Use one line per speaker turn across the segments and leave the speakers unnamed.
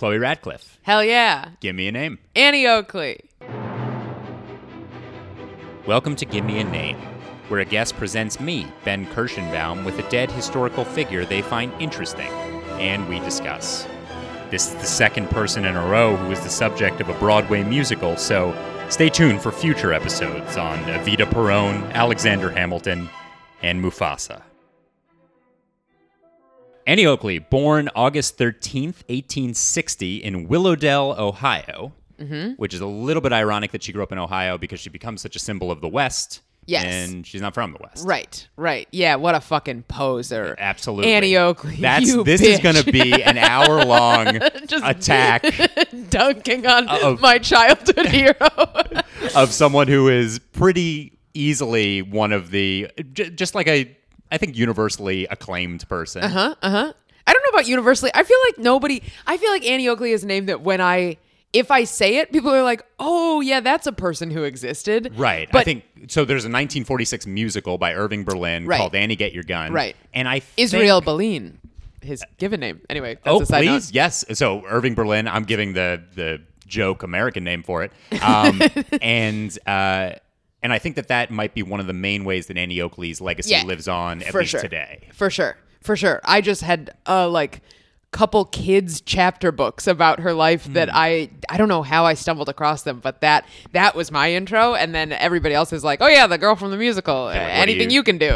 Chloe Radcliffe.
Hell yeah.
Give me a name.
Annie Oakley.
Welcome to Give Me a Name, where a guest presents me, Ben Kirschenbaum, with a dead historical figure they find interesting, and we discuss. This is the second person in a row who is the subject of a Broadway musical, so stay tuned for future episodes on Evita Peron, Alexander Hamilton, and Mufasa. Annie Oakley, born August 13th, 1860, in Willowdale, Ohio,
Mm-hmm.
which is a little bit ironic that she grew up in Ohio because she becomes such a symbol of the West.
Yes.
And she's not from the West.
Right, right. Yeah, what a fucking poser.
Absolutely.
Annie Oakley.
That's,
you
this is
bitch.
going to be an hour long
Just-
attack
dunking on
Uh-oh.
my childhood hero.
of someone who is pretty easily one of the, j- just like a, I think, universally acclaimed person. Uh-huh.
I don't know about universally. I feel like nobody. I feel like Annie Oakley is a name that when I, if I say it, people are like, "Oh yeah, that's a person who existed."
Right.
But
I think so. There's a 1946 musical by Irving Berlin
Right.
called Annie Get Your Gun.
Right.
And I think-
Israel Baleen, his given name. Anyway, that's
Oh,
a side
please,
note.
yes. So Irving Berlin, I'm giving the the joke American name for it, um, and uh, and I think that that might be one of the main ways that Annie Oakley's legacy
Yeah,
lives on, at
for
least
sure.
today.
For sure, for sure. I just had uh like couple kids chapter books about her life that
Hmm.
I I don't know how I stumbled across them but that that was my intro and then everybody else is like oh yeah the girl from the musical
like, what do
anything
you-
you can do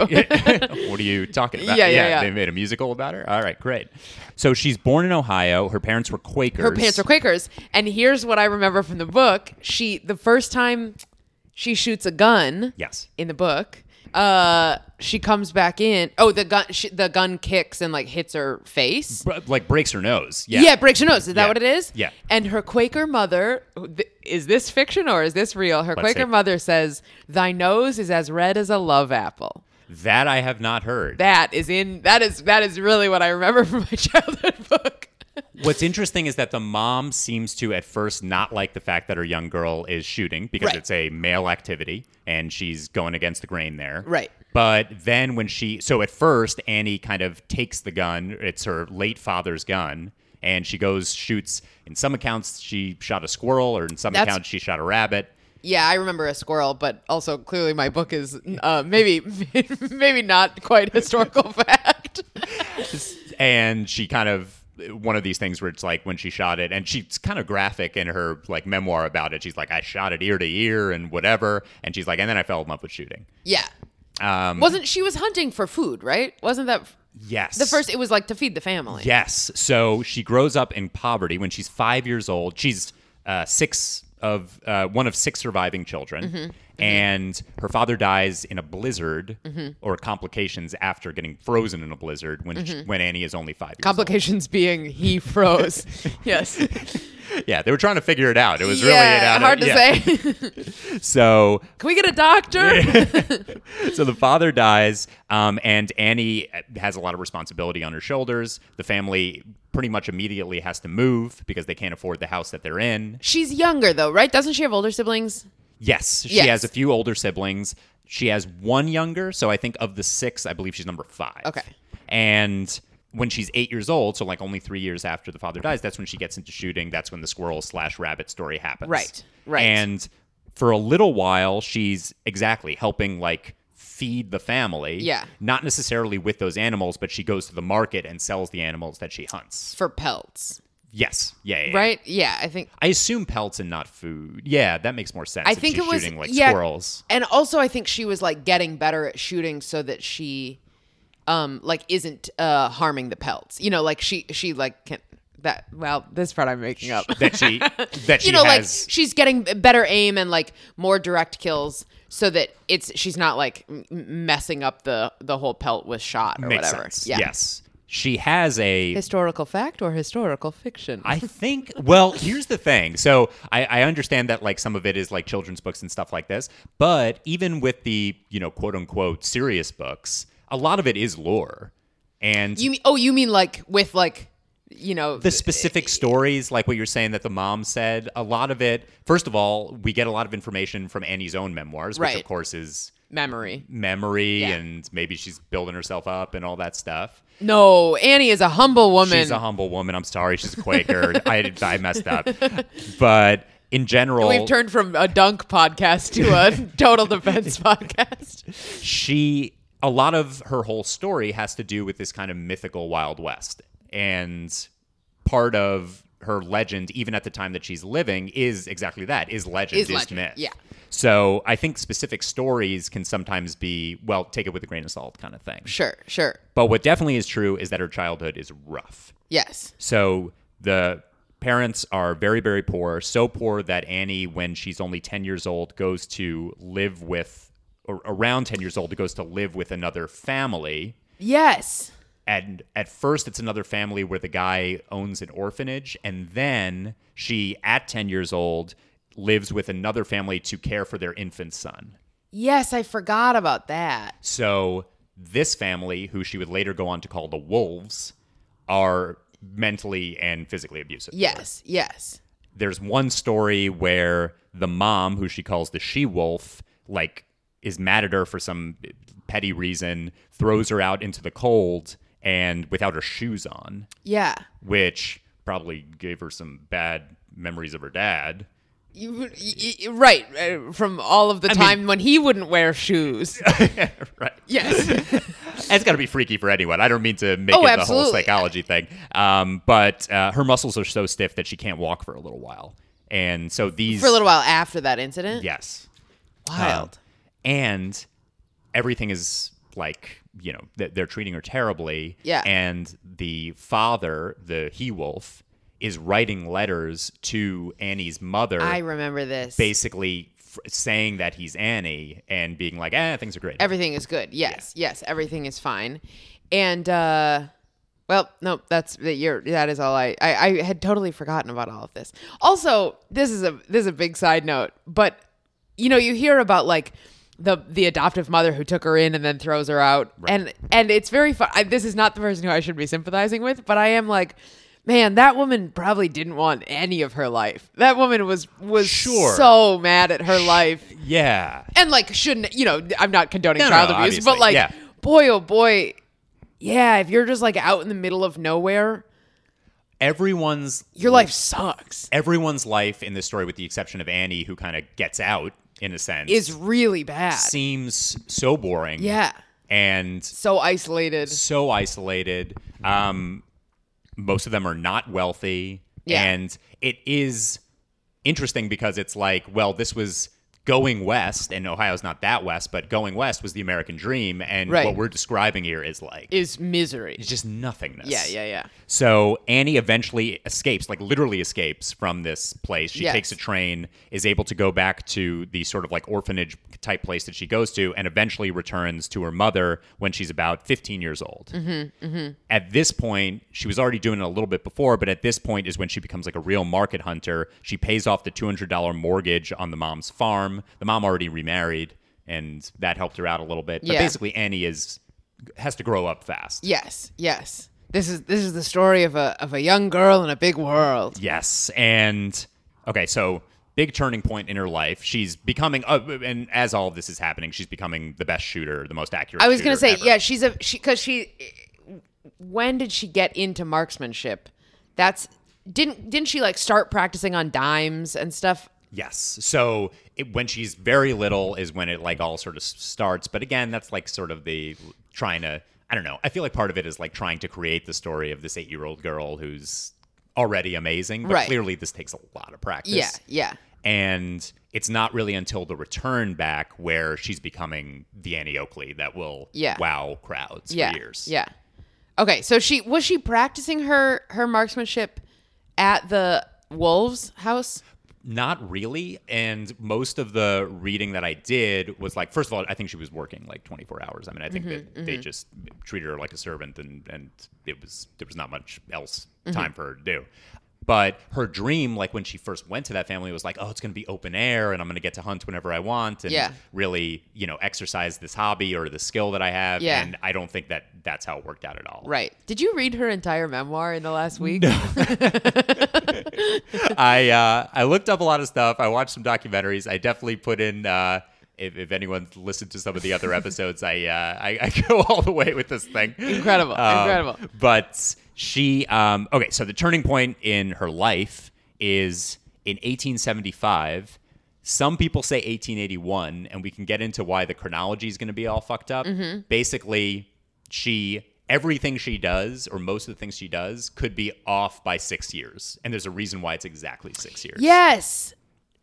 what are you talking about?
Yeah, yeah, yeah.
They made a musical about her. All right, great. So she's born in Ohio. Her parents were Quakers.
her pants are Quakers. And here's what I remember from the book: she the first time she shoots a gun.
Yes.
In the book, uh, she comes back in. Oh, the gun she, the gun kicks and like hits her face.
Br- like breaks her nose. Yeah.
Yeah, breaks her nose. Is that
Yeah.
what it is?
Yeah.
And her Quaker mother, who- th- is this fiction or is this real? Her Quaker
see.
mother says, "Thy nose is as red as a love apple."
That I have not heard.
That is in that is that is really what I remember from my childhood book.
What's interesting is that the mom seems to at first not like the fact that her young girl is shooting because
Right.
it's a male activity and she's going against the grain there.
Right.
But then when she so at first Annie kind of takes the gun, it's her late father's gun, and she goes shoots in some accounts she shot a squirrel or in some
That's-
accounts she shot a rabbit.
Yeah, I remember a squirrel, but also clearly my book is uh, maybe maybe not quite historical fact.
and she kind of one of these things where it's like when she shot it and she's kind of graphic in her like memoir about it she's like i shot it ear to ear and whatever and she's like and then i fell in love with shooting
yeah,
um
wasn't she was hunting for food, right? Wasn't that
yes
the first? It was like to feed the family.
yes so she grows up in poverty when she's five years old she's uh six of uh, one of six surviving children
Mm-hmm.
and her father dies in a blizzard
Mm-hmm.
or complications after getting frozen in a blizzard when
Mm-hmm.
she, when annie is only five years old.
Complications being he froze. yes.
yeah they were trying to figure it out it was really
yeah,
an out of-
hard to
yeah.
say. Can
So,
we get a doctor?
so the father dies, um, and Annie has a lot of responsibility on her shoulders. The family pretty much immediately has to move because they can't afford the house that they're in.
She's younger though, right? Doesn't she have older siblings?
Yes, she
Yes.
has a few older siblings. She has one younger, so I think of the six, I believe she's number five.
Okay.
And when she's eight years old, so like only three years after the father dies, that's when she gets into shooting. That's when the squirrel slash rabbit story happens.
Right, right.
And for a little while, she's exactly helping like feed the family.
Yeah.
Not necessarily with those animals, but she goes to the market and sells the animals that she hunts.
For pelts,
Yes. Yeah. yeah, yeah.
right? Yeah, I think
I assume pelts and not food. Yeah, that makes more sense.
I
if
think
she's
it was
shooting like
yeah,
squirrels.
And also, I think she was like getting better at shooting so that she, um, like isn't uh harming the pelts. You know, like she she like can that. Well, this part I'm making up.
that she that she
you know,
has
like she's getting better aim and like more direct kills so that it's she's not like m- messing up the the whole pelt with shot or
makes
whatever.
sense. Yes, she has a.
Historical fact or historical fiction?
I think. Well, here's the thing. So I, I understand that like some of it is like children's books and stuff like this, but even with the you know quote unquote serious books, a lot of it is lore, and
you mean, oh, you mean like with like you know
the specific stories, like what you're saying that the mom said, a lot of it. First of all, we get a lot of information from Annie's own memoirs, which
Right.
of course is
memory.
memory
Yeah.
and maybe she's building herself up and all that stuff.
No, Annie is a humble woman.
She's a humble woman. I'm sorry, she's a Quaker. I I messed up, but in general,
We've turned from a dunk podcast to a total defense podcast.
she a lot of her whole story has to do with this kind of mythical wild west and part of her legend even at the time that she's living is exactly that is legend
Is
is,
legend,
myth
yeah.
so i think specific stories can sometimes be well take it with a grain of salt kind of thing
Sure, sure.
but what definitely is true is that her childhood is rough
Yes.
so the parents are very, very poor. So poor that Annie, when she's only 10 years old, goes to live with, or around 10 years old, goes to live with another family.
Yes.
And at first, it's another family where the guy owns an orphanage. And then she, at 10 years old, lives with another family to care for their infant son.
Yes, I forgot about that.
So this family, who she would later go on to call the Wolves, are mentally and physically abusive. to her.
Yes, yes.
there's one story where the mom, who she calls the she wolf, like is mad at her for some petty reason, throws her out into the cold and without her shoes on,
Yeah.
which probably gave her some bad memories of her dad.
You, y- y- y- right, uh, from all of the time when he wouldn't wear shoes.
Right.
yes.
It's got to be freaky for anyone. I don't mean to make it
Oh,
the whole
absolutely.
psychology thing. Um, but uh, her muscles are so stiff that she can't walk for a little while. And so these.
For a little while after that incident.
Yes. Um,
Wild.
and everything is like, you know, th- they're treating her terribly.
Yeah.
And the father, the he wolf, is writing letters to Annie's mother,
I remember this.
basically f- saying that he's Annie and being like, eh, things are great.
everything is good. Yes, yes, everything is fine. And uh well, no, that's that you're that is all I, I I had totally forgotten about all of this. Also, this is a this is a big side note, but you know, you hear about like the the adoptive mother who took her in and then throws her out. And and it's very fun. I, this is not the person who I should be sympathizing with, but I am like Man, that woman probably didn't want any of her life. That woman was was
Sure.
so mad at her life
yeah.
and like shouldn't you know i'm not condoning
No, no,
child
no,
abuse
obviously,
but like
yeah.
boy oh boy yeah if you're just like out in the middle of nowhere
Everyone's
your life sucks
everyone's life in this story, with the exception of Annie, who kind of gets out in a sense,
is really bad
seems so boring.
yeah
And
so isolated
so isolated. Um, most of them are not wealthy,
Yeah.
and it is interesting because it's like, well, this was going west, and Ohio's not that west, but going west was the American dream, and
Right.
what we're describing here is like
is misery
it's just nothingness.
yeah yeah yeah
So Annie eventually escapes, like literally escapes from this place. She
Yes.
takes a train, is able to go back to the sort of like orphanage type place that she goes to, and eventually returns to her mother when she's about 15 years old. Mm-hmm, At this point, she was already doing it a little bit before, but at this point is when she becomes like a real market hunter. She pays off the $200 mortgage on the mom's farm. The mom already remarried, and that helped her out a little bit. But
Yeah.
basically, Annie is has to grow up fast.
yes yes this is this is the story of a of a young girl in a big world
Yes, and okay, so big turning point in her life. She's becoming, uh, and as all this is happening, she's becoming the best shooter, the most accurate.
i was
going
gonna
to
say yeah she's a she because she when did she get into marksmanship that's didn't didn't she like start practicing on dimes and stuff
Yes. So it, when she's very little is when it like all sort of s- starts. But again, that's like sort of the trying to. I don't know. I feel like part of it is like trying to create the story of this eight-year-old girl who's already amazing, but
Right.
clearly this takes a lot of practice.
yeah yeah
and it's not really until the return back where she's becoming the Annie Oakley that will
Yeah.
wow crowds
yeah,
for years.
Yeah. Okay, so she was she practicing her her marksmanship at the wolves house?
Not really. And most of the reading that I did was like, first of all, I think she was working like 24 hours. I mean, I think that
Mm-hmm,
they just treated her like a servant and, and it was, there was not much else
Mm-hmm.
time for her to do. But her dream, like when she first went to that family, was like, oh, it's going to be open air and I'm going to get to hunt whenever I want and
Yeah.
really, you know, exercise this hobby or the skill that I have.
Yeah.
And I don't think that that's how it worked out at all.
Right. Did you read her entire memoir in the last week?
I uh, I looked up a lot of stuff. I watched some documentaries. I definitely put in uh, If, if anyone's listened to some of the other episodes, I, uh, I I go all the way with this thing. Um,
Incredible, incredible.
But she, um, okay, so the turning point in her life is in 1875. Some people say 1881, and we can get into why the chronology is going to be all fucked up. Basically, she everything she does, or most of the things she does, could be off by six years, and there's a reason why it's exactly six years.
Yes.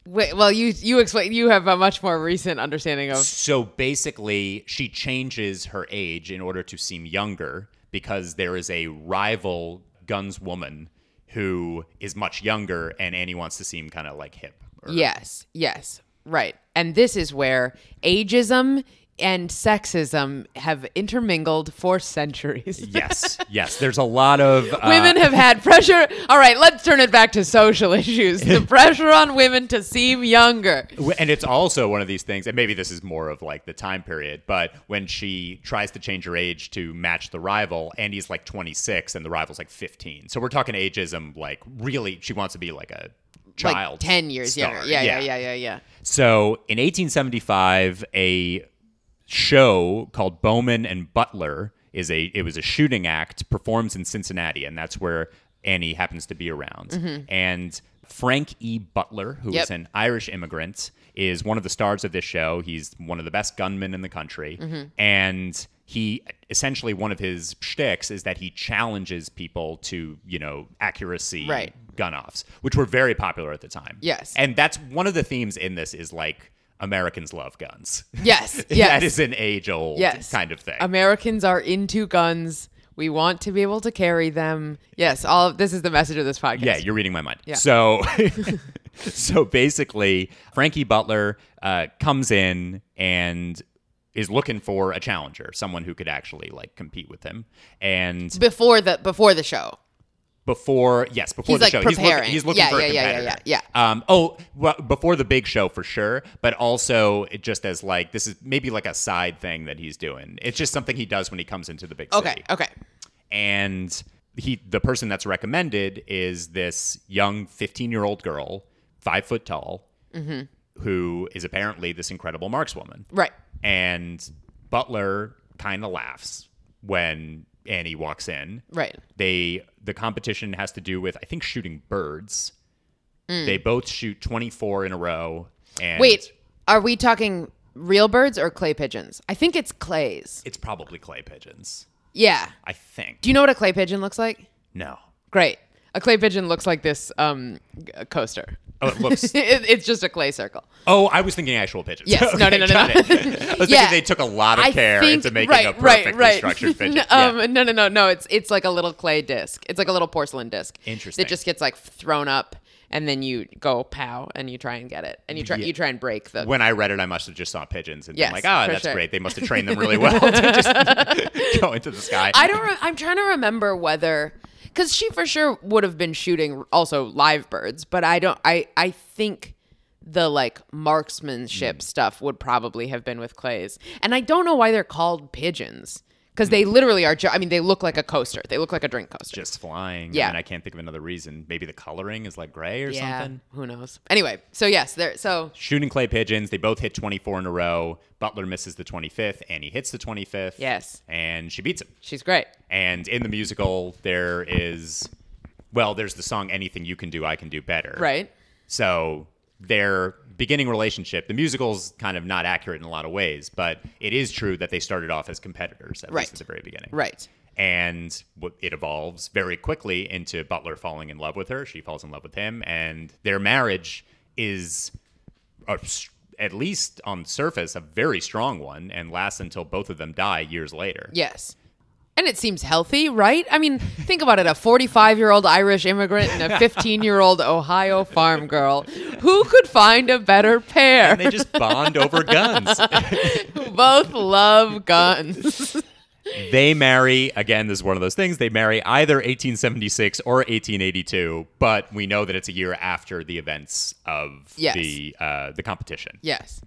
Wait, well, you you explain. You have a much more recent understanding of.
So basically, she changes her age in order to seem younger because there is a rival guns woman who is much younger, and Annie wants to seem kind of like hip. or-
Yes. Yes. Right. And this is where ageism and sexism have intermingled for centuries.
Yes, yes. There's a lot of uh,
women have had pressure. All right, let's turn it back to social issues. The pressure on women to seem younger.
W- And it's also one of these things, and maybe this is more of like the time period, but when she tries to change her age to match the rival, Andy's like 26 and the rival's like 15. So we're talking ageism, like really, she wants to be like a child.
like 10 years
star.
younger. Yeah, yeah, yeah, yeah, yeah.
So in 1875, a show called Bowman and Butler is a it was a shooting act performs in Cincinnati, and that's where Annie happens to be around. And Frank E. Butler, who is
Mm-hmm. Yep.
an Irish immigrant, is one of the stars of this show. He's one of the best gunmen in the country,
Mm-hmm.
and he essentially one of his shticks is that he challenges people to you know accuracy
Right.
gun offs, which were very popular at the time.
Yes.
And that's one of the themes in this is like Americans love guns.
Yes,
that
yes.
is an age old
Yes.
kind of thing.
Americans are into guns. We want to be able to carry them. Yes, all of this is the message of this podcast.
yeah, you're reading my mind. So so basically Frankie Butler uh, comes in and is looking for a challenger, someone who could actually like compete with him. And
before the before the show.
before yes before
He's,
the
like,
show
preparing.
he's looking, he's looking
Yeah,
for a
yeah, yeah, yeah,
competitor
yeah,
um oh well, before the big show for sure but also it just as like this is maybe like a side thing that he's doing it's just something he does when he comes into the big
Okay,
city
okay.
and he the person that's recommended is this young 15 year old girl five foot tall
Mm-hmm.
who is apparently this incredible markswoman
Right.
and butler kind of laughs when annie walks in
Right.
they the competition has to do with I think shooting birds. They both shoot 24 in a row. And
Mm. Wait, are we talking real birds or clay pigeons? I think it's clays.
it's probably clay pigeons.
Yeah.
I think.
Do you know what a clay pigeon looks like?
no.
Great. A clay pigeon looks like this um, g- coaster.
Oh, it looks.
It- it's just a clay circle.
oh, I was thinking actual pigeons.
Yes. No, no, no, no,
got it. I
no.
was thinking
Yeah.
they took a lot of
I
care
think-
into making a
right, right,
perfectly
right.
structured pigeon.
No,
Yeah.
um, no, no, no, no. It's it's like a little clay disc. It's like a little porcelain disc.
Interesting.
That just gets like thrown up, and then you go pow, and you try and get it, and you try
Yeah.
you try and break the.
when I read it, I must have just saw pigeons and been
Yes,
like, "Ah,
for
that's
sure.
great. They must have trained them really well to just go into the sky."
I don't. Re- I'm trying to remember whether because she for sure would have been shooting also live birds, but I don't. I I think the like marksmanship
Hmm.
stuff would probably have been with clays, and I don't know why they're called pigeons because they
Hmm.
literally are. Ju- I mean, they look like a coaster. They look like a drink coaster.
just flying.
Yeah.
and I can't think of another reason. Maybe the coloring is like gray or something.
Who knows? Anyway, so yes, there. So
shooting clay pigeons. They both hit 24 in a row. Butler misses the 25th, and he hits the 25th.
Yes.
And she beats him.
she's great.
And in the musical, there is, well, there's the song Anything You Can Do, I Can Do Better.
Right.
So their beginning relationship, the musical's kind of not accurate in a lot of ways, but it is true that they started off as competitors, at
Right.
least at the very beginning.
Right.
And what- it evolves very quickly into Butler falling in love with her. She falls in love with him, and their marriage is, a s- at least on surface, a very strong one, and lasts until both of them die years later.
Yes. And it seems healthy, right? I mean, think about it a 45 year old Irish immigrant and a 15 year old Ohio farm girl. Who could find a better pair?
They just bond over guns.
who both love guns.
they marry again. This is one of those things. They marry either 1876 or 1882, but we know that it's a year after the events of
Yes.
the uh, the competition.
yes.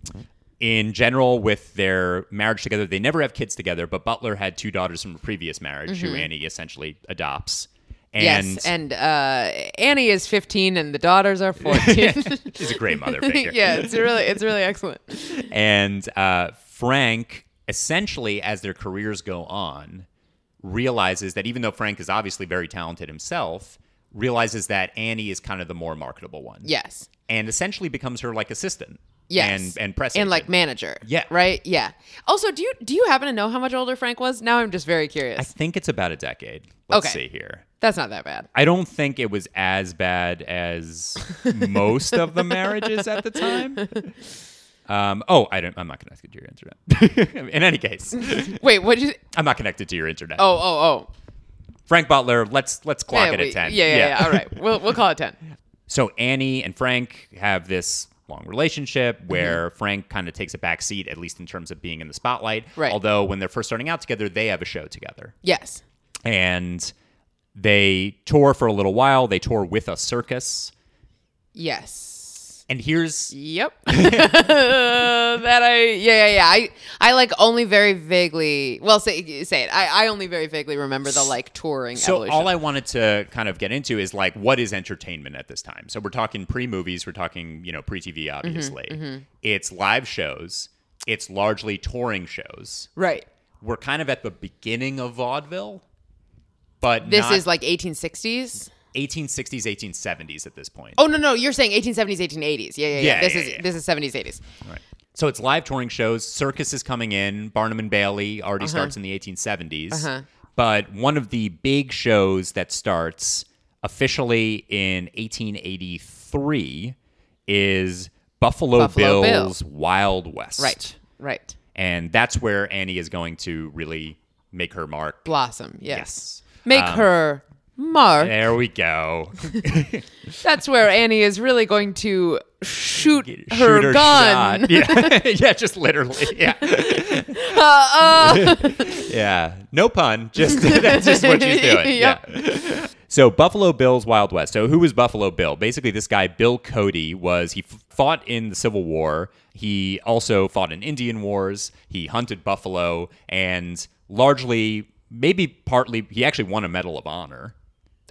in general with their marriage together. They never have kids together, but Butler had two daughters from a previous marriage who Annie essentially adopts. And
Mm-hmm. yes, and uh, Annie is 15 and the daughters are 14.
she's a great mother figure.
yeah, it's really it's really excellent.
And uh, Frank, essentially, as their careers go on, realizes that even though Frank is obviously very talented himself, realizes that Annie is kind of the more marketable one.
Yes.
And essentially becomes her like assistant.
Yes.
And and press
and like
agent.
manager.
Yeah.
Right? Yeah. Also, do you do you happen to know how much older Frank was? Now I'm just very
I
curious.
think it's about a decade. Let's
Okay.
see here.
That's not that bad.
I don't think it was as bad as most of the marriages at the time. Um, oh, I don't. I'm not connected to your internet. In any case,
Wait, what did you
I'm not connected to your internet.
Oh, oh, oh.
Frank Butler. Let's let's clock
yeah,
it
we-
at ten.
Yeah, yeah, yeah, All right. We'll we'll call it 10.
So Annie and Frank have this long relationship
Mm-hmm.
where Frank kind of takes a back seat, at least in terms of being in the spotlight.
Right.
Although when they're first starting out together, they have a show together.
Yes.
And they tour for a little while. They tour with a circus.
Yes.
And here's
Yep. that I yeah, yeah, yeah. I I like only very vaguely well say say it. I, I only very vaguely remember the like touring
so
evolution.
all I wanted to kind of get into is like what is entertainment at this time. So we're talking pre-movies, we're talking, you know, pre-TV
Mm-hmm,
obviously. It's live shows, it's largely touring shows.
right.
We're kind of at the beginning of vaudeville, but
This
not
is like 1860s.
1860s, 1870s at this point.
Oh no no, you're saying 1870s, 1880s. Yeah yeah yeah.
Yeah,
this
yeah,
is
yeah.
this is 70s, 80s.
Right. So it's live touring shows. Circus is coming in. Barnum and Bailey already starts in the 1870s.
Uh-huh.
But one of the big shows that starts officially in 1883 is Buffalo,
Buffalo Bill.
Bill's Wild West.
Right. Right.
And that's where Annie is going to really make her mark.
Blossom. Yes. Make
Um,
her mark.
There we go.
That's where Annie is really going to shoot her
Shoot her
gun.
shot. Yeah. yeah, just literally. Yeah. yeah. No pun. Just that's just what she's doing.
Yeah.
Yeah. So Buffalo Bill's Wild West. So who was Buffalo Bill? Basically, this guy Bill Cody was he f- fought in the Civil War. He also fought in Indian Wars. He hunted buffalo and largely, maybe partly, he actually won a Medal of Honor.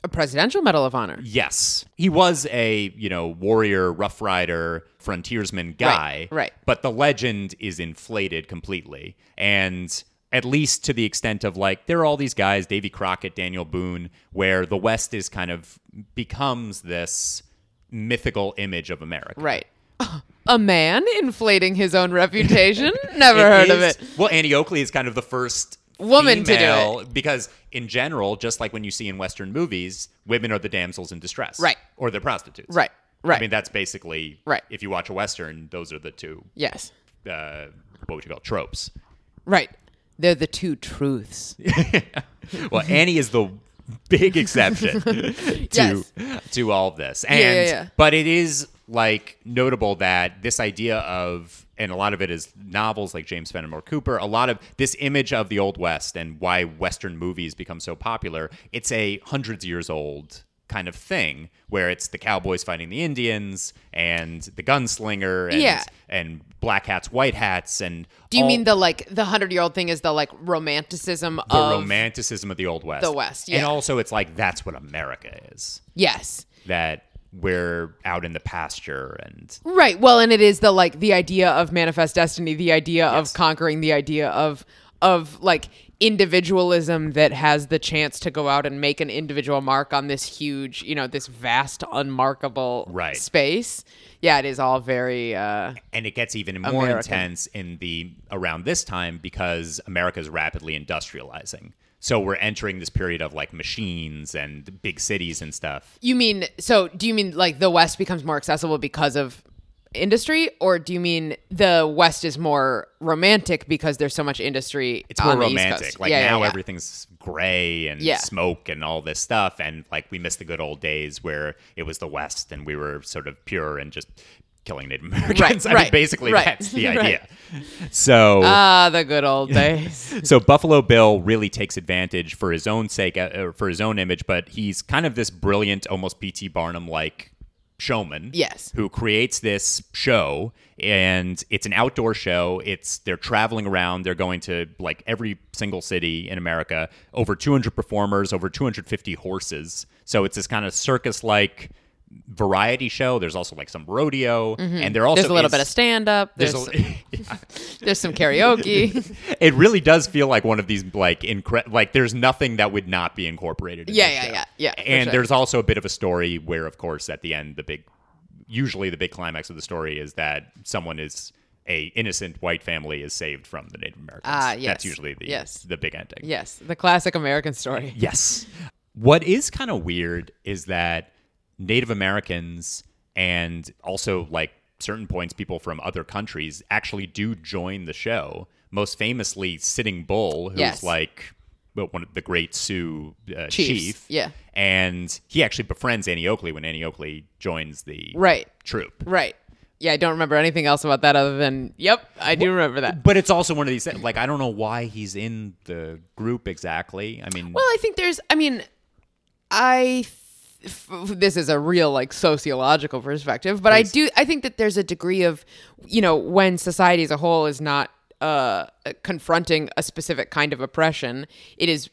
A presidential medal of honor.
Yes. He was a, you know, warrior, rough rider, frontiersman guy.
Right, right.
But the legend is inflated completely. And at least to the extent of like, there are all these guys, Davy Crockett, Daniel Boone, where the West is kind of becomes this mythical image of America.
Right. A man inflating his own reputation? Never heard of
is-
it.
Well, Annie Oakley is kind of the first
Woman to do
female- because in general, just like when you see in Western movies, women are the damsels in distress,
Right.
Or they're prostitutes,
Right, right.
I mean, that's basically
Right.
If you watch a Western, those are the two.
Yes.
Uh, what would you call it? tropes?
Right. They're the two truths.
Well, Annie is the big exception to
Yes.
to all of this, and
yeah, yeah.
but it is like notable that this idea of and a lot of it is novels like James Fenimore Cooper. A lot of this image of the old west and why Western movies become so popular. It's a hundreds years old kind of thing where it's the cowboys fighting the Indians and the gunslinger and
Yeah.
and black hats, white hats, and
Do you
all-
mean the like the hundred year old thing is the like romanticism
the
of
romanticism of the old west
the West,
and
yeah.
also it's like that's what america is
Yes.
that we're out in the pasture and
Right. Well, and it is the like the idea of manifest destiny, the idea of conquering, the idea of of like individualism that has the chance to go out and make an individual mark on this huge, you know, this vast unmarkable
Right.
space. Yeah, it is all very uh
and it gets even more
American.
intense in the around this time because america's rapidly industrializing so we're entering this period of like machines and big cities and stuff
You mean so do you mean like the west becomes more accessible because of industry or do you mean the west is more romantic because there's so much industry
it's more
on the East
romantic
Coast?
like
Yeah, yeah,
now
yeah.
everything's gray and
Yeah.
smoke and all this stuff and like we miss the good old days where it was the west and we were sort of pure and just killing native americans i mean
right,
basically
right,
that's the
right.
idea so
Ah, the good old days.
so Buffalo Bill really takes advantage for his own sake, uh, uh, for his own image, but he's kind of this brilliant, almost P.T. Barnum like showman.
Yes.
Who creates this show and it's an outdoor show. It's they're traveling around. They're going to like every single city in America. Over 200 performers, over 250 horses. So it's this kind of circus-like variety show. There's also like some rodeo and there also
Mm-hmm. There's a little
is-
bit of stand up. There's,
there's
there's,
a-
some karaoke.
it really does feel like one of these like incre- like there's nothing that would not be incorporated. In
Yeah,
this
yeah,
show.
yeah, yeah, for
And
sure.
there's also a bit of a story where, of course, at the end, the big, usually the big climax of the story is that someone is a innocent white family is saved from the Native Americans.
Ah, yes,
That's usually the
yes.
the big ending.
yes, the classic American story.
Yes. What is kind of weird is that Native Americans and also like certain points people from other countries actually do join the show. Most famously, Sitting Bull, who's
Yes.
like well, one of the great Sioux uh,
Chiefs,
chief.
yeah.
And he actually befriends Annie Oakley when Annie Oakley joins the
Right.
troop.
Right. Yeah, I don't remember anything else about that other than, yep, I do remember that.
But it's also one of these like I don't know why he's in the group exactly. I mean,
Well, I think there's. I mean, I. th- f- This is a real like sociological perspective, but I do. I think that there's a degree of, you know, when society as a whole is not uh, confronting a specific kind of oppression, it is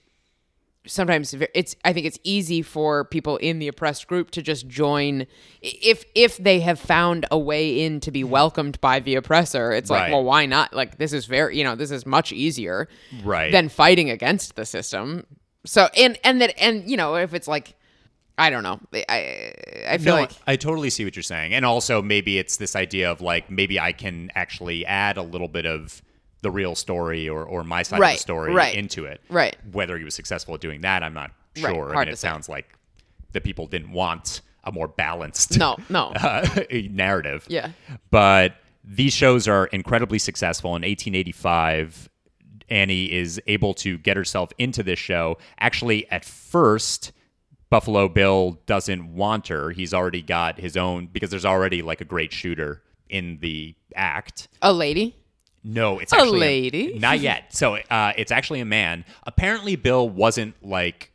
sometimes ve- it's i think it's easy for people in the oppressed group to just join i- if if they have found a way in to be welcomed by the oppressor it's like
Right.
well why not like this is very you know this is much easier
Right.
than fighting against the system so and and that and you know if it's like i don't know i i feel
No,
like
I totally see what you're saying. And also maybe it's this idea of like maybe I can actually add a little bit of the real story or, or my side of
Right,
the story
right,
into it.
right.
Whether he was successful at doing that, I'm not sure.
Right,
I
hard
mean
to
it
say.
sounds like the people didn't want a more balanced
no no
uh, narrative.
Yeah.
But these shows are incredibly successful. In 1885, Annie is able to get herself into this show. Actually, at first, Buffalo Bill doesn't want her. He's already got his own because there's already like a great shooter in the act.
a lady
No, it's
A
actually
lady.
not yet. So uh, it's actually a man. Apparently, Bill wasn't like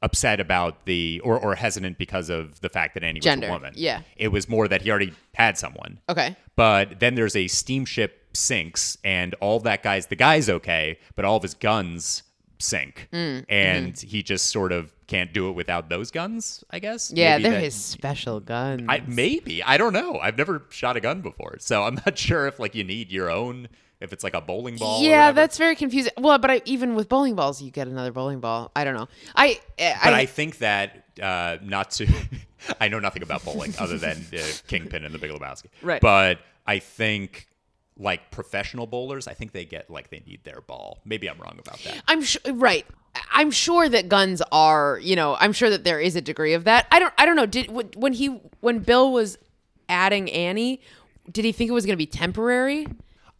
upset about the or or hesitant because of the fact that Annie
Gender,
was a woman.
yeah.
it was more that he already had someone.
okay
But then there's a steamship sinks, and all that guy's the guy's okay, but all of his guns sink,
Mm,
and
mm-hmm.
he just sort of can't do it without those guns. I guess.
yeah
Maybe
they're
that-
his special guns
I, maybe I don't know. I've never shot a gun before, so I'm not sure if like you need your own. If it's like a bowling ball. or
yeah
whatever.
that's very confusing well but I, even with bowling balls you get another bowling ball i don't know i
But I, think that uh, not to. I know nothing about bowling other than uh, Kingpin and the Big Lebowski.
Right.
But I think like professional bowlers, I think they get like they need their ball. Maybe I'm wrong about that.
I'm sure, right. I'm sure that guns are, you know, I'm sure that there is a degree of that. I don't, I don't know. Did when- when he, when Bill was adding Annie, did he think it was going to be temporary?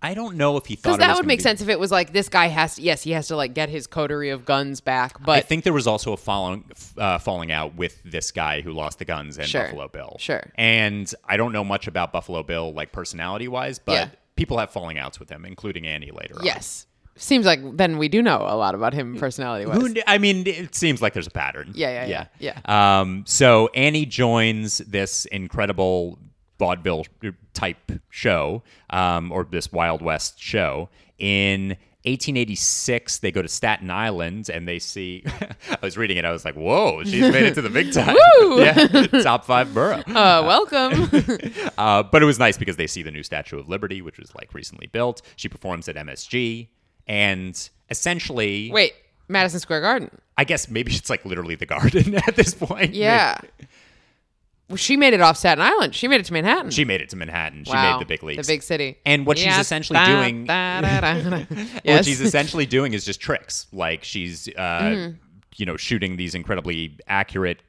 I don't know if he thought
Because
it
that
was
would
gonna
make
be-
sense if it was like this guy has to, yes, he has to like get his coterie of guns back,
I
but
think there was also a following, uh, falling out with this guy who lost the guns and
Sure.
Buffalo Bill.
Sure.
And I don't know much about Buffalo Bill, like personality wise, but
Yeah.
people have falling outs with him, including Annie later on.
yes, seems like then we do know a lot about him personality wise.
Who kn- I mean, it seems like there's a pattern.
Yeah, yeah, yeah,
Um, so Annie joins this incredible vaudeville type show, um, or this Wild West show in. 1886, they go to Staten Island and they see. I was reading it. I was like, "Whoa, she's made it to the big time! yeah, top five borough."
Uh, welcome.
Uh, but it was nice because they see the new Statue of Liberty, which was like recently built. She performs at MSG, and essentially,
Wait, Madison Square Garden.
I guess maybe it's like literally the garden at this point.
Yeah. Well, she made it off Staten Island. She made it to Manhattan.
She made it to Manhattan. She
Wow.
made the big leagues.
The big city.
And what she's essentially doing-
yes.
What she's essentially doing is just tricks. Like she's, uh,
Mm-hmm.
you know, shooting these incredibly accurate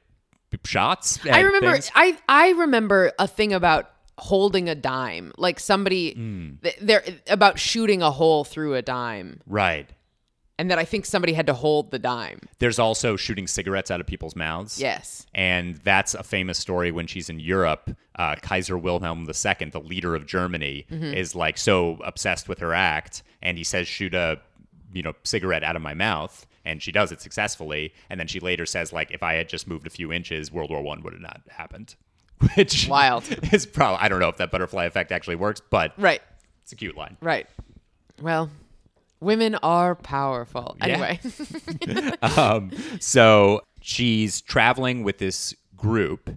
shots. at
I remember
things.
I I remember a thing about holding a dime. Like somebody
Hmm.
th- there about shooting a hole through a dime.
Right.
And that I think somebody had to hold the dime.
There's also shooting cigarettes out of people's mouths.
Yes.
And that's a famous story when she's in Europe. Uh, Kaiser Wilhelm II, the leader of Germany,
Mm-hmm.
is like so obsessed with her act, and he says, "Shoot a, you know, cigarette out of my mouth," and she does it successfully. And then she later says, "Like if I had just moved a few inches, World War One would have not happened." which
Wild.
is probably I don't know if that butterfly effect actually works, but
Right.
it's a cute line.
Right. Well, women are powerful.
Yeah.
Anyway.
Um, so she's traveling with this group.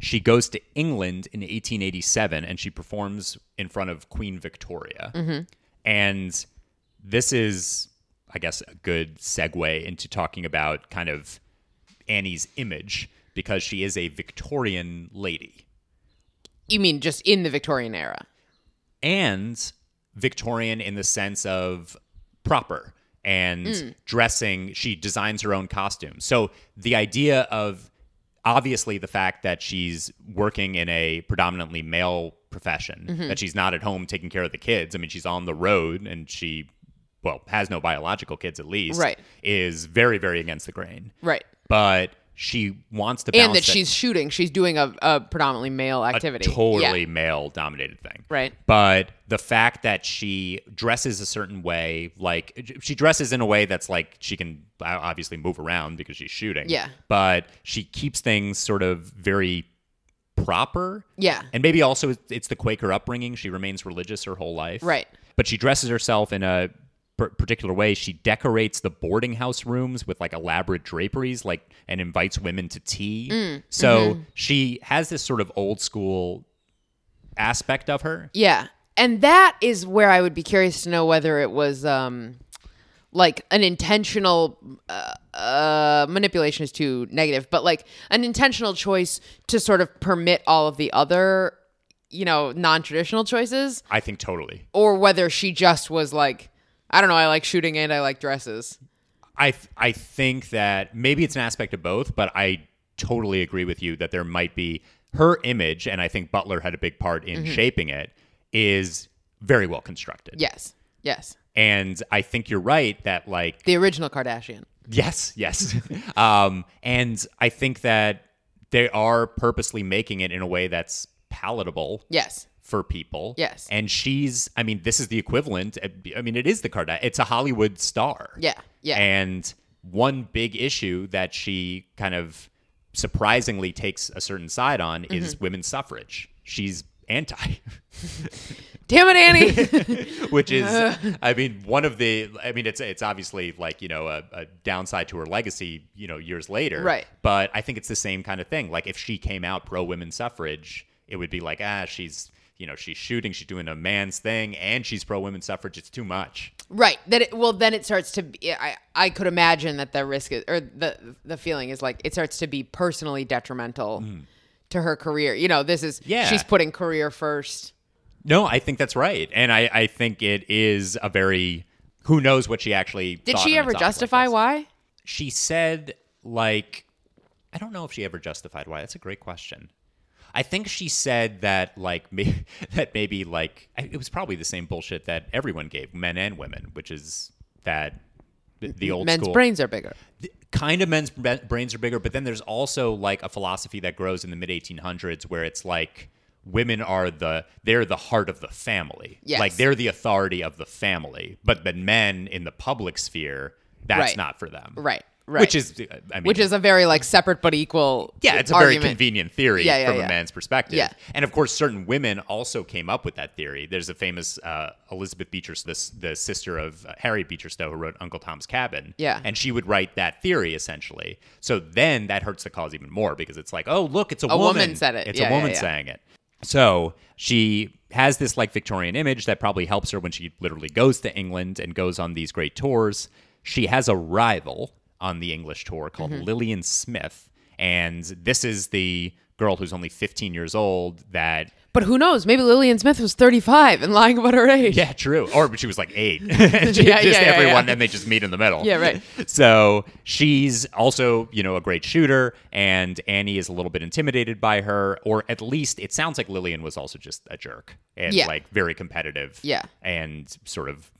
She goes to England in 1887 and she performs in front of Queen Victoria. And this is, I guess, a good segue into talking about kind of Annie's image because she is a Victorian lady.
you mean just in the Victorian era?
and Victorian in the sense of proper and
Mm.
dressing. She designs her own costume. So the idea of obviously the fact that she's working in a predominantly male profession,
Mm-hmm.
that she's not at home taking care of the kids. I mean, she's on the road and she, well, has no biological kids at least,
Right.
is very, very against the grain.
Right.
But she wants to balance
And that she's shooting. She's doing a, a predominantly male activity. Yeah.
totally male dominated thing.
Right.
But the fact that she dresses a certain way, like she dresses in a way that's like she can uh, obviously move around because she's shooting.
Yeah.
But she keeps things sort of very proper.
Yeah.
And maybe also it's- it's the Quaker upbringing. She remains religious her whole life.
Right.
But she dresses herself in a per- particular way. She decorates the boarding house rooms with like elaborate draperies, like and invites women to tea.
Mm.
so
Mm-hmm.
she has this sort of old school aspect of her.
Yeah. And that is where I would be curious to know whether it was um like an intentional uh, uh, manipulation is too negative, but like an intentional choice to sort of permit all of the other, you know, non-traditional choices
I think totally.
or whether she just was like I don't know, I like shooting and I like dresses.
I th- I think that maybe it's an aspect of both, but I totally agree with you that there might be her image, and I think Butler had a big part in shaping it. Is very well constructed.
Yes. Yes.
And I think you're right that like
The original Kardashian.
Yes, yes. um, and I think that they are purposely making it in a way that's palatable
Yes.
for people.
Yes.
And she's, I mean, this is the equivalent. eh, I mean, it is the Kardashian. It's a Hollywood star.
Yeah, yeah.
And one big issue that she kind of surprisingly takes a certain side on is
Mm-hmm.
women's suffrage. She's anti.
Damn it, Annie.
which is i mean one of the i mean it's it's obviously like you know a, a downside to her legacy you know years later
Right.
but i think it's the same kind of thing like if she came out pro women suffrage it would be like ah she's you know she's shooting she's doing a man's thing and she's pro women suffrage it's too much
right. That it, well then it starts to be I I could imagine that the risk is or the the feeling is like it starts to be personally detrimental to her career. You know, this is
Hmm. Yeah.
she's putting career first.
no i think that's right and i i think it is a very who knows what she actually
Did
thought
she
on a
ever
topic like
justify
this.
why?
she said like I don't know if she ever justified why. That's a great question. I think she said that like may- that maybe like I- it was probably the same bullshit that everyone gave men and women, which is that the, the old
Men's
school
brains are bigger.
kind of men's bra- brains are bigger, but then there's also like a philosophy that grows in the mid 1800s where it's like women are the they're the heart of the family.
Yes.
Like they're the authority of the family, but the men in the public sphere that's
Right.
not for them.
Right, right.
Which is I mean
Which is a very like separate but equal.
yeah, it's a
argument.
very convenient theory
Yeah, yeah,
from
yeah.
a man's perspective.
Yeah.
And of course, certain women also came up with that theory. There's a famous uh, Elizabeth Beecher, this, the sister of uh, Harriet Beecher Stowe, who wrote Uncle Tom's Cabin.
Yeah.
And she would write that theory essentially. So then that hurts the cause even more because it's like, oh, look, it's a,
A
woman.
woman said it.
It's
Yeah,
a
yeah,
woman
yeah.
saying it. So she has this like Victorian image that probably helps her when she literally goes to England and goes on these great tours. She has a rival on the English tour called
Mm-hmm.
Lillian Smith. And this is the girl who's only 15 years old that,
But who knows? Maybe Lillian Smith was 35 and lying about her age.
yeah, true. Or she was like eight. And she-
Yeah,
just
yeah, yeah,
everyone,
yeah.
and they just meet in the middle.
Yeah, right.
So she's also, you know, a great shooter, and Annie is a little bit intimidated by her, or at least it sounds like Lillian was also just a jerk and
Yeah.
like very competitive,
Yeah.
and sort of,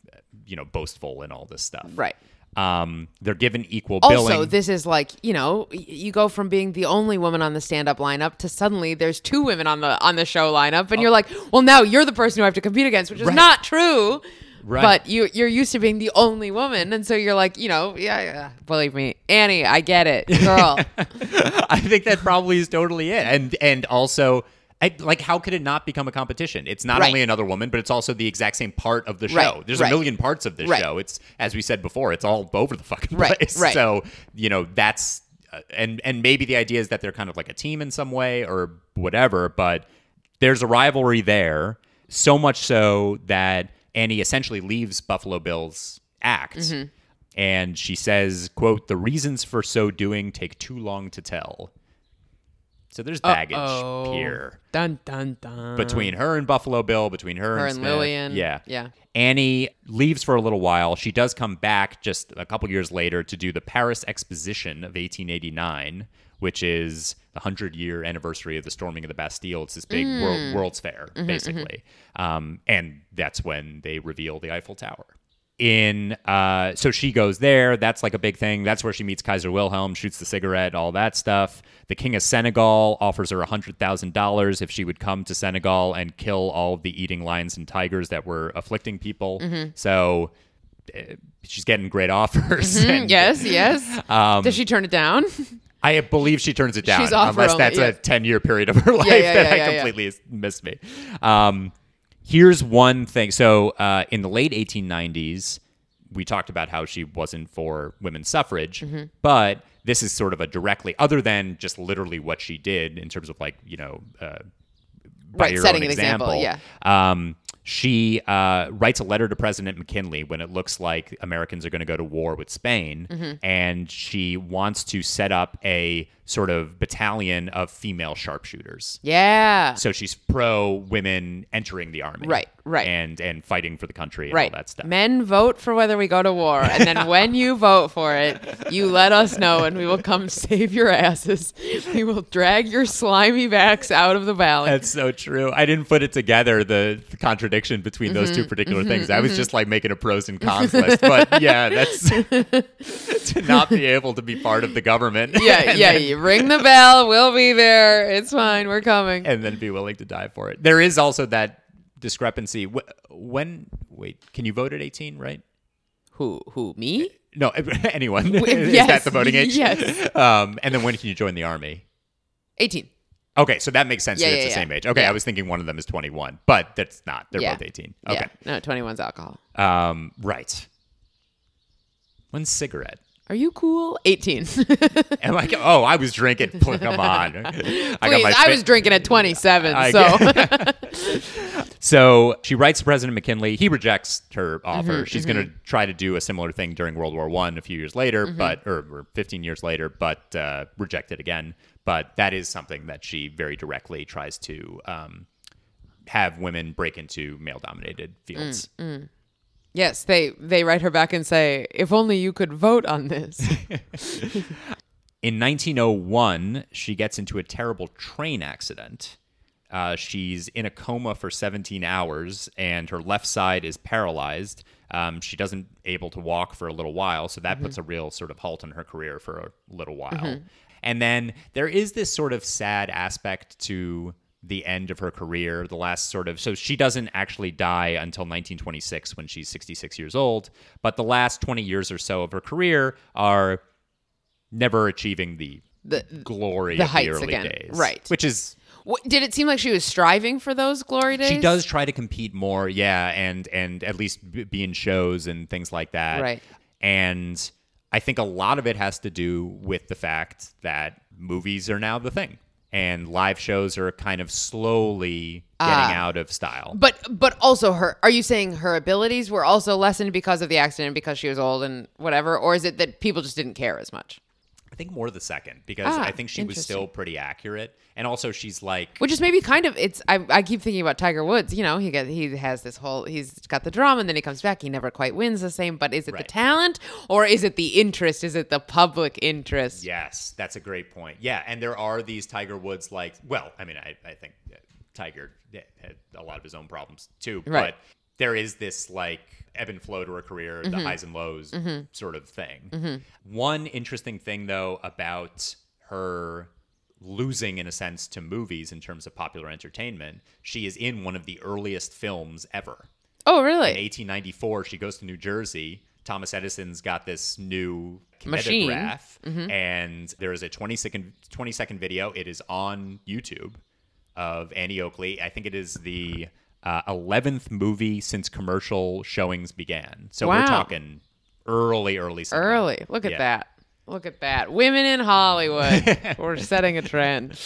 you know, boastful and all this stuff.
Right.
Um, they're given equal
Also,
billing.
this is like you know, y- you go from being the only woman on the stand-up lineup to suddenly there's two
Oh.
women on the on the show lineup, and you're like, well, now you're the person who I have to compete against, which is not true.
Right.
But you you're used to being the only woman, and so you're like, you know, yeah, yeah. Believe me, Annie, I get it, girl.
I think that probably is totally it. And and also I, like how could it not become a competition? It's not
Right.
only another woman, but it's also the exact same part of the show.
Right,
There's
right.
a million parts of this
Right.
show. It's as we said before, it's all over the fucking
Right,
place.
right.
So, you know, that's uh, and and maybe the idea is that they're kind of like a team in some way or whatever, but there's a rivalry there, so much so that Annie essentially leaves Buffalo Bill's act.
Mm-hmm.
And she says, quote, the reasons for so doing take too long to tell. So there's baggage
Uh-oh.
here
dun dun dun.
between her and Buffalo Bill, between her,
Her
and,
and
Smith.
Lillian.
Yeah.
Yeah.
Annie leaves for a little while. She does come back just a couple years later to do the Paris Exposition of 1889, which is the 100 year anniversary of the storming of the Bastille. It's this big world, World's Fair, basically. Um, and that's when they reveal the Eiffel Tower. In uh, so she goes there. That's like a big thing. That's where she meets Kaiser Wilhelm, shoots the cigarette, all that stuff. The king of Senegal offers her hundred thousand dollars if she would come to Senegal and kill all of the eating lions and tigers that were afflicting people. So uh, she's getting great offers. and Um,
Yes, yes. Does she turn it down?
I believe she turns it down,
She's offered
unless
only-
that's
yeah.
a ten-year period of her life
yeah,
that
yeah,
I
yeah, yeah.
completely missed me. Um, here's one thing. So uh, in the late 1890s, we talked about how she wasn't for women's suffrage,
Mm-hmm.
but this is sort of a directly, other than just literally what she did in terms of like you know uh, by
Right,
your
setting
own
an example,
Yeah. Um, she uh, writes a letter to President McKinley when it looks like Americans are going to go to war with Spain,
Mm-hmm.
and she wants to set up a sort of battalion of female sharpshooters.
yeah.
So she's pro women entering the army,
Right, right.
and and fighting for the country, and
Right.
all that stuff.
Men vote for whether we go to war. And then when you vote for it, you let us know and we will come save your asses. We will drag your slimy backs out of the valley.
That's so true. I didn't put it together the, the contradiction between those
Mm-hmm.
two particular things. I was just like making a pros and cons list. But yeah, that's to not be able to be part of the government.
yeah,
and
yeah.
Then,
You ring the bell. We'll be there. It's fine. We're coming.
and then be willing to die for it. There is also that discrepancy. Wh- When wait, can you vote at 18, right?
Who? Who? Me?
No, anyone. is that
yes,
the voting age?
yes.
Um, and then when can you join the army?
18.
Okay, so that makes sense
Yeah,
that it's
yeah,
the
yeah.
same age. Okay,
Yeah.
I was thinking one of them is 21, but that's not. They're
Yeah.
both 18. Okay.
Yeah. No, 21's alcohol.
Um, right. One cigarette.
Are you cool? 18. Please,
Am I? Oh, I was drinking. Pl- Come on. I
I
fa-
was drinking at 27.
I
so,
So she writes to President McKinley. He rejects her offer.
Mm-hmm,
She's going to try to do a similar thing during World War One a few years later,
Mm-hmm.
but or, or 15 years later, but uh, rejected again. But that is something that she very directly tries to um, have women break into male-dominated fields.
Mm, yes, they, they write her back and say, if only you could vote on this.
In 1901, she gets into a terrible train accident. Uh, she's in a coma for 17 hours, and her left side is paralyzed. Um, she doesn't able to walk for a little while, so
Mm-hmm.
that puts a real sort of halt on her career for a little while. And then there is this sort of sad aspect to the end of her career, the last sort of so she doesn't actually die until 1926 when she's 66 years old, but the last 20 years or so of her career are never achieving the,
The-
glory
the
of the
heights
early
again.
days.
Right.
Which is
What, did it seem like she was striving for those glory days?
she does try to compete more, yeah, and and at least b- be in shows and things like that.
Right.
And I think a lot of it has to do with the fact that movies are now the thing and live shows are kind of slowly getting
Ah.
out of style.
But but also her are you saying her abilities were also lessened because of the accident because she was old and whatever or is it that people just didn't care as much?
I think more the second because
Ah,
I think she was
interesting.
still pretty accurate and also she's like
Which is maybe kind of it's I, I keep thinking about Tiger Woods, you know, he got he has this whole he's got the drama and then he comes back, he never quite wins the same, but is it
Right.
the talent or is it the interest? Is it the public interest?
Yes, that's a great point. Yeah, and there are these Tiger Woods like. Well, I mean, I, I think uh, Tiger uh, had a lot of his own problems too,
Right.
but there is this like ebb and flow to a career, the highs and lows sort of thing. One interesting thing though about her losing in a sense to movies in terms of popular entertainment, she is in one of the earliest films ever.
Oh,
In
really?
1894, she goes to New Jersey. Thomas Edison's got this new
Machine. Mm-hmm.
kinetograph, and there is a 20 second 20 second video. It is on YouTube of Annie Oakley. I think it is the uh, 11th movie since commercial showings began. So we're
Wow.
talking early, early, cinema.
Early. Look at
Yeah.
that. Look at that. Women in Hollywood. We're setting a trend.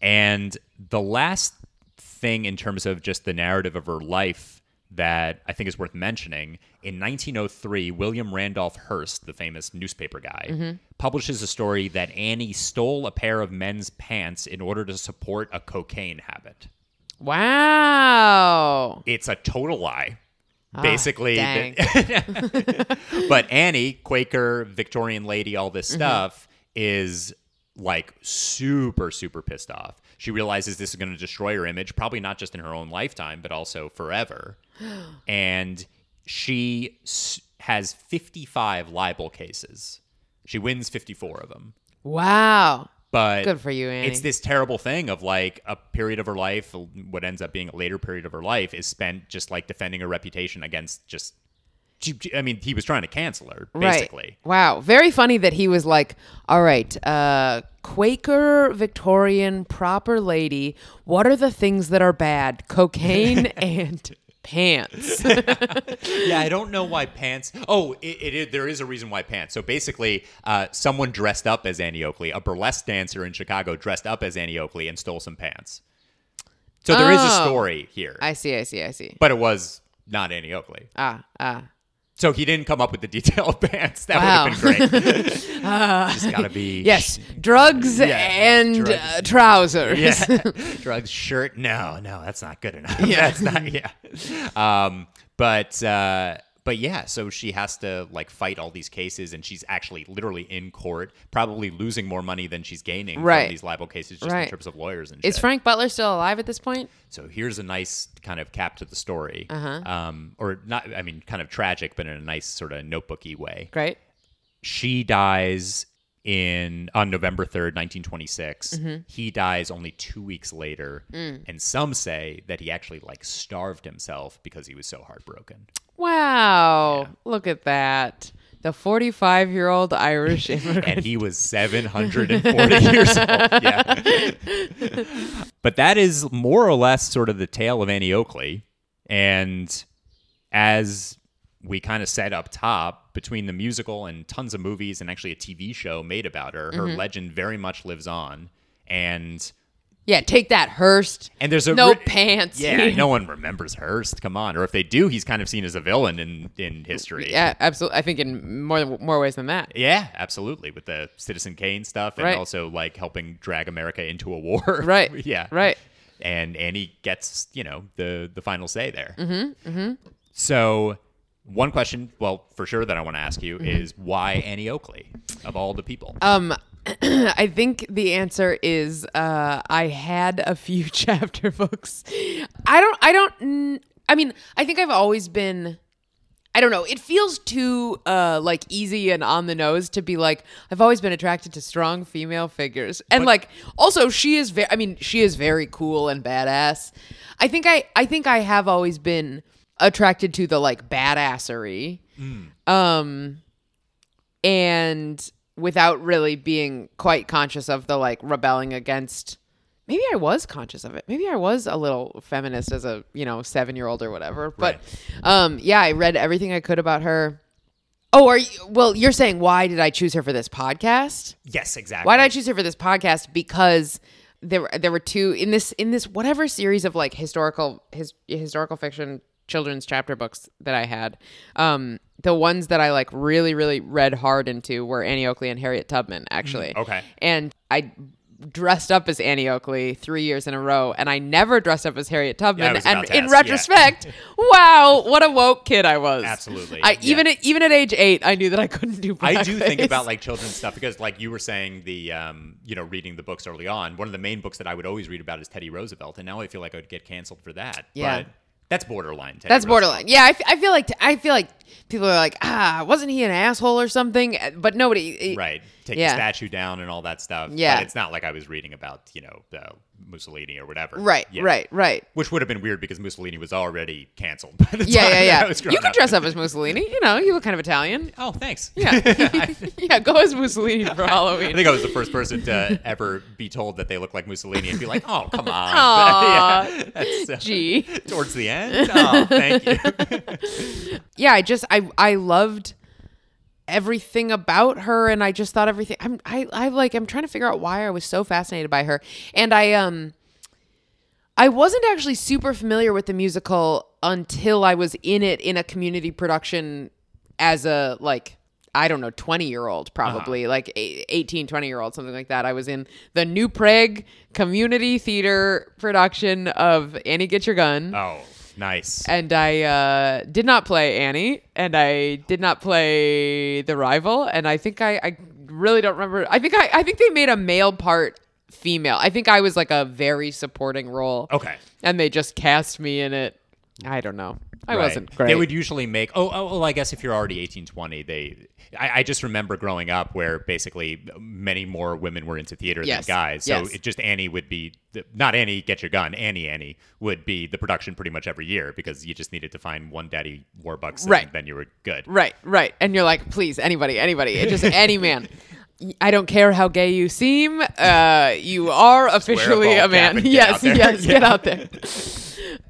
And the last thing in terms of just the narrative of her life that I think is worth mentioning in 1903, William Randolph Hearst, the famous newspaper guy, publishes a story that Annie stole a pair of men's pants in order to support a cocaine habit.
Wow.
It's a total lie. Basically,
dang.
but Annie, Quaker, Victorian lady, all this stuff is like super, super pissed off. She realizes this is going to destroy her image, probably not just in her own lifetime, but also forever. and she s- has 55 libel cases. She wins 54 of them.
Wow.
But
Good for you, Annie.
It's this terrible thing of like a period of her life, what ends up being a later period of her life, is spent just like defending her reputation against just. I mean, he was trying to cancel her, basically.
Right. Wow. Very funny that he was like, all right, uh, Quaker, Victorian, proper lady, what are the things that are bad? Cocaine and pants.
yeah, I don't know why pants. Oh, it, it, is- there is a reason why pants. So basically, uh, someone dressed up as Annie Oakley, a burlesque dancer in Chicago, dressed up as Annie Oakley and stole some pants. So there is a
Oh.
story here,
I see, I see, I see.
but it was not Annie Oakley.
Ah, ah.
So he didn't come up with the detail of pants. That
Wow.
would have been great. Just gotta be
Yes, drugs
Yeah,
and
drugs.
Uh, trousers.
yeah. drugs shirt. No, no, that's not good enough. Yeah. that's not yeah. Um, but uh, but yeah, so she has to like fight all these cases, and she's actually literally in court, probably losing more money than she's gaining
Right.
from these libel cases, just in
Right.
terms of lawyers and
Is
shit.
Frank Butler still alive at this point?
so here's a nice kind of cap to the story, uh-huh. um, or not. I mean, kind of tragic, but in a nice sort of notebooky way
Great.
she dies in on November 3rd, 1926. He dies only 2 weeks later, and some say that he actually like starved himself because he was so heartbroken.
Wow. Look at that. The 45 year old Irish immigrant.
And he was 740 years old. Yeah. but that is more or less sort of the tale of Annie Oakley and as we kind of set up top between the musical and tons of movies and actually a TV show made about her,
Mm-hmm.
her legend very much lives on. And
yeah, take that, Hearst.
and there's a
no
re-
pants.
Yeah, no one remembers Hearst. Come on, or if they do, he's kind of seen as a villain in in history.
Yeah, absolutely. I think in more than, more ways than that.
Yeah, absolutely. With the Citizen Kane stuff and
Right.
also like helping drag America into a war.
Right.
yeah.
Right.
And Annie gets, you know, the the final say there. Mm-hmm. Mm-hmm. So one question, well, for sure that I want to ask
Mm-hmm.
you is why Annie Oakley of all the people?
Um, I think the answer is uh, I had a few chapter books. I don't. I don't. mm, I mean, I think I've always been. I don't know. It feels too uh, like easy and on the nose to be like I've always been attracted to strong female figures, and like also she is very. I mean, she is very cool and badass. I think I. I think I have always been attracted to the like badassery. Um and without really being quite conscious of the like rebelling against maybe i was conscious of it maybe i was a little feminist as a you know seven year old or whatever but um yeah i read everything i could about her oh are you well you're saying why did i choose her for this podcast
yes, exactly.
why did I choose her for this podcast? Because there there were two in this in this whatever series of like historical his, historical fiction children's chapter books that I had. Um, the ones that I like really really read hard into were Annie Oakley and Harriet Tubman actually.
Mm, okay.
and I dressed up as Annie Oakley three years in a row, and I never dressed up as Harriet Tubman.
was about
and
to
in
ask, yeah.
retrospect, wow, what a woke kid I was!
Absolutely,
I
yeah.
even at, even at age eight, I knew that I couldn't do.
I do think
blackface.
about like children's stuff because, like you were saying, the um, you know reading the books early on. One of the main books that I would always read about is Teddy Roosevelt, and now I feel like I would get canceled for that.
Yeah.
but that's borderline. Teddy
That's
Roosevelt.
borderline. Yeah, I, f- I feel like I feel like people are like, ah, wasn't he an asshole or something? Uh, But nobody. it-
Right. take
Yeah.
the statue down and all that stuff.
Yeah.
But it's not like I was reading about, you know, uh, Mussolini or whatever.
Right,
Yeah.
right, right.
Which would have been weird because Mussolini was already canceled by the
Yeah,
time
yeah,
I
yeah.
was growing
You could
up.
dress up as Mussolini. You know, you look kind of Italian.
Oh, thanks.
Yeah, yeah. Go as Mussolini for
I
Halloween.
think I was the first person to ever be told that they look like Mussolini and be like, oh, come on.
Aw,
that's, uh,
Gee.
Towards the end? Oh, thank you.
Yeah, I just I I loved everything about her, and I just thought everything. I'm I I like I'm trying to figure out why I was so fascinated by her, and I um. I wasn't actually super familiar with the musical until I was in it in a community production as a like I don't know 20 year old probably like a- 18 20 year old something like that. I was in the New Prague community theater production of Annie Get Your Gun.
Oh, nice.
and I uh, did not play Annie, and I did not play the rival, and I think I, I really don't remember. I think I, I think they made a male part female. I think I was like a very supporting role.
Okay.
and they just cast me in it. I don't know. I
Right.
wasn't great.
They would usually make oh oh well, I guess if you're already 18, 20, they I, I just remember growing up where basically many more women were into theater
Yes.
than guys. So
Yes.
it just Annie would be the- not Annie get your gun, Annie Annie would be the production pretty much every year because you just needed to find one daddy Warbucks and
Right.
then you were good.
Right, right. And you're like, please, anybody, anybody, It's just any man. I don't care how gay you seem. Uh, you are officially
ball
a man.
cap and get out
Yes,
there.
yes,
Yeah.
get out there.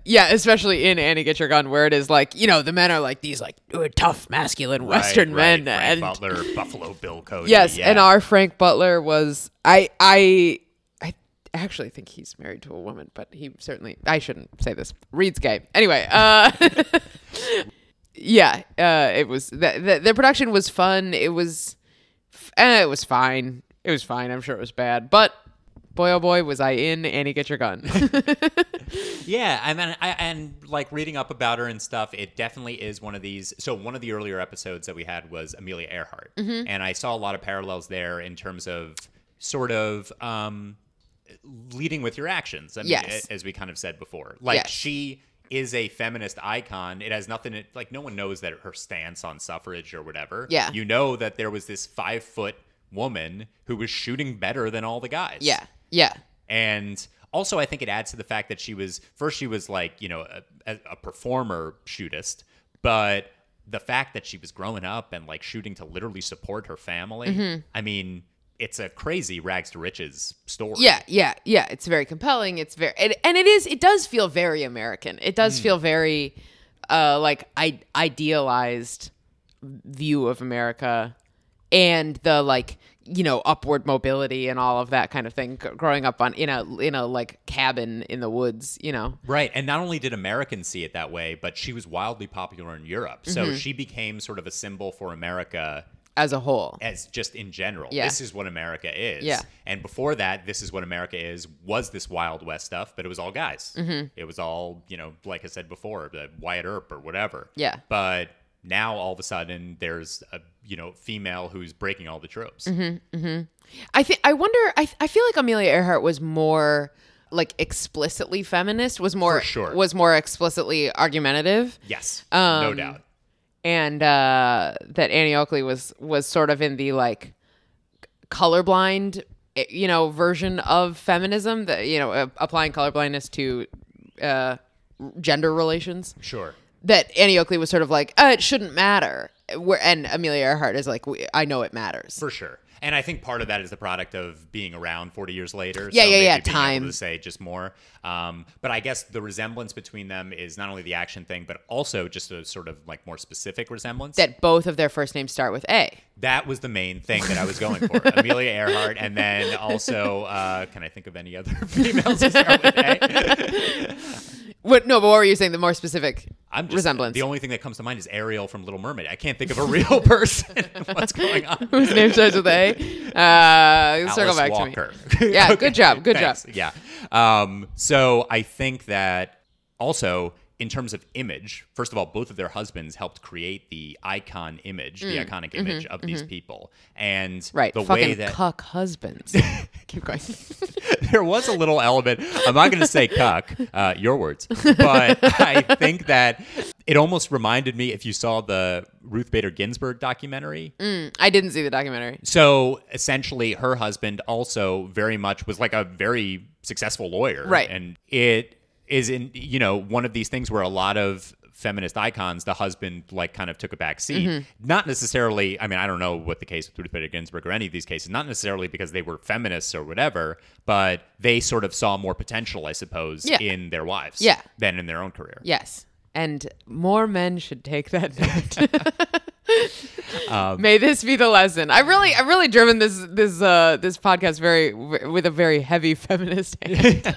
Yeah, especially in Annie Get Your Gun, where it is like, you know, the men are like these like uh, tough, masculine
Right,
Western
right,
men,
Frank
and
Butler, Buffalo Bill Cody.
yes,
yeah.
and our Frank Butler was I I I actually think he's married to a woman, but he certainly I shouldn't say this. Reed's gay. Anyway, uh yeah, uh it was the, the the production was fun. It was f- eh, it was fine. It was fine. I'm sure it was bad, but boy oh boy was I in Annie Get Your Gun.
Yeah, I mean, I, and like reading up about her and stuff, it definitely is one of these. So one of the earlier episodes that we had was Amelia Earhart,
Mm-hmm.
and I saw a lot of parallels there in terms of sort of um, leading with your actions. I mean,
Yes.
a- as we kind of said before, like
Yes.
she is a feminist icon. It has nothing it, like no one knows that her stance on suffrage or whatever.
Yeah.
you know that there was this five foot woman who was shooting better than all the guys.
yeah. Yeah.
And also, I think it adds to the fact that she was first she was like you know a, a performer shootist, but the fact that she was growing up and like shooting to literally support her family. I mean, it's a crazy rags to riches story.
Yeah, yeah, yeah. It's very compelling. It's very and, and it is it does feel very American. It does
Hmm.
feel very uh like I- idealized view of America and the like you know upward mobility and all of that kind of thing g- growing up on in a in a like cabin in the woods, you know.
Right. And not only did Americans see it that way, but she was wildly popular in Europe. So she became sort of a symbol for America
As a whole.
as just in general.
Yeah.
This is what America is.
Yeah.
And before that, this is what America is was this Wild West stuff, but it was all guys.
Mm-hmm.
It was all, you know, like I said before, the Wyatt Earp or whatever.
Yeah.
But now all of a sudden there's a, you know, female who's breaking all the tropes.
Mm-hmm. I think I wonder. I I feel like Amelia Earhart was more like explicitly feminist. Was more
For sure.
was more explicitly argumentative.
Yes.
Um,
no doubt.
and uh, that Annie Oakley was was sort of in the like colorblind, eh, you know, version of feminism that you know a- applying colorblindness to uh, gender relations.
Sure.
That Annie Oakley was sort of like, uh, it shouldn't matter. Where and Amelia Earhart is like, we, I know it matters.
For sure. And I think part of that is the product of being around 40 years later.
Yeah,
so
yeah,
maybe
yeah,
Being
time.
Able to say just more. Um, but I guess the resemblance between them is not only the action thing, but also just a sort of like more specific resemblance.
that both of their first names start with A.
That was the main thing that I was going for. Amelia Earhart, and then also, uh, can I think of any other females to start with eh? A?
What? No, but what were you saying? The more specific
I'm just,
resemblance.
The only thing that comes to mind is Ariel from Little Mermaid. I can't think of a real person. What's going on?
Whose name starts with A? Uh, circle back to me. Yeah, good job, good job.
Thanks. Yeah. Um, so I think that also in terms of image, first of all, both of their husbands helped create the icon image, the iconic image of these people, and
Mm. Mm-hmm. Right.
the
Fucking
way that
cuck husbands. Keep going.
there was a little element. I'm not going to say cuck, uh, your words, but I think that it almost reminded me if you saw the Ruth Bader Ginsburg documentary.
Hmm. I didn't see the documentary.
So essentially, her husband also very much was like a very successful lawyer,
Right.
And it is in you know one of these things where a lot of feminist icons, the husband like kind of took a back seat.
Mm-hmm.
Not necessarily. I mean, I don't know what the case with Ruth Bader Ginsburg or any of these cases. Not necessarily because they were feminists or whatever, but they sort of saw more potential, I suppose,
Yeah.
in their wives,
Yeah.
than in their own career.
Yes. And more men should take that note.
Um,
May this be the lesson. I really, I really driven this this uh, this podcast very with a very heavy feminist hand.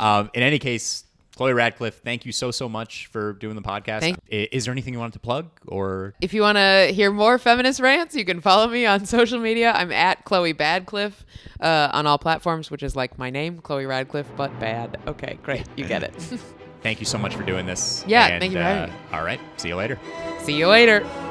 Um, in any case, Chloe Radcliffe, thank you so so much for doing the podcast.
Thank-
I- is there anything you wanted to plug or
if you want to hear more feminist rants, you can follow me on social media. I'm at Chloe Badcliffe uh, on all platforms, which is like my name, Chloe Radcliffe, but bad. Okay, great, you get it.
thank you so much for doing this.
Yeah,
And,
thank you for having me.
All right, see you later.
See you later.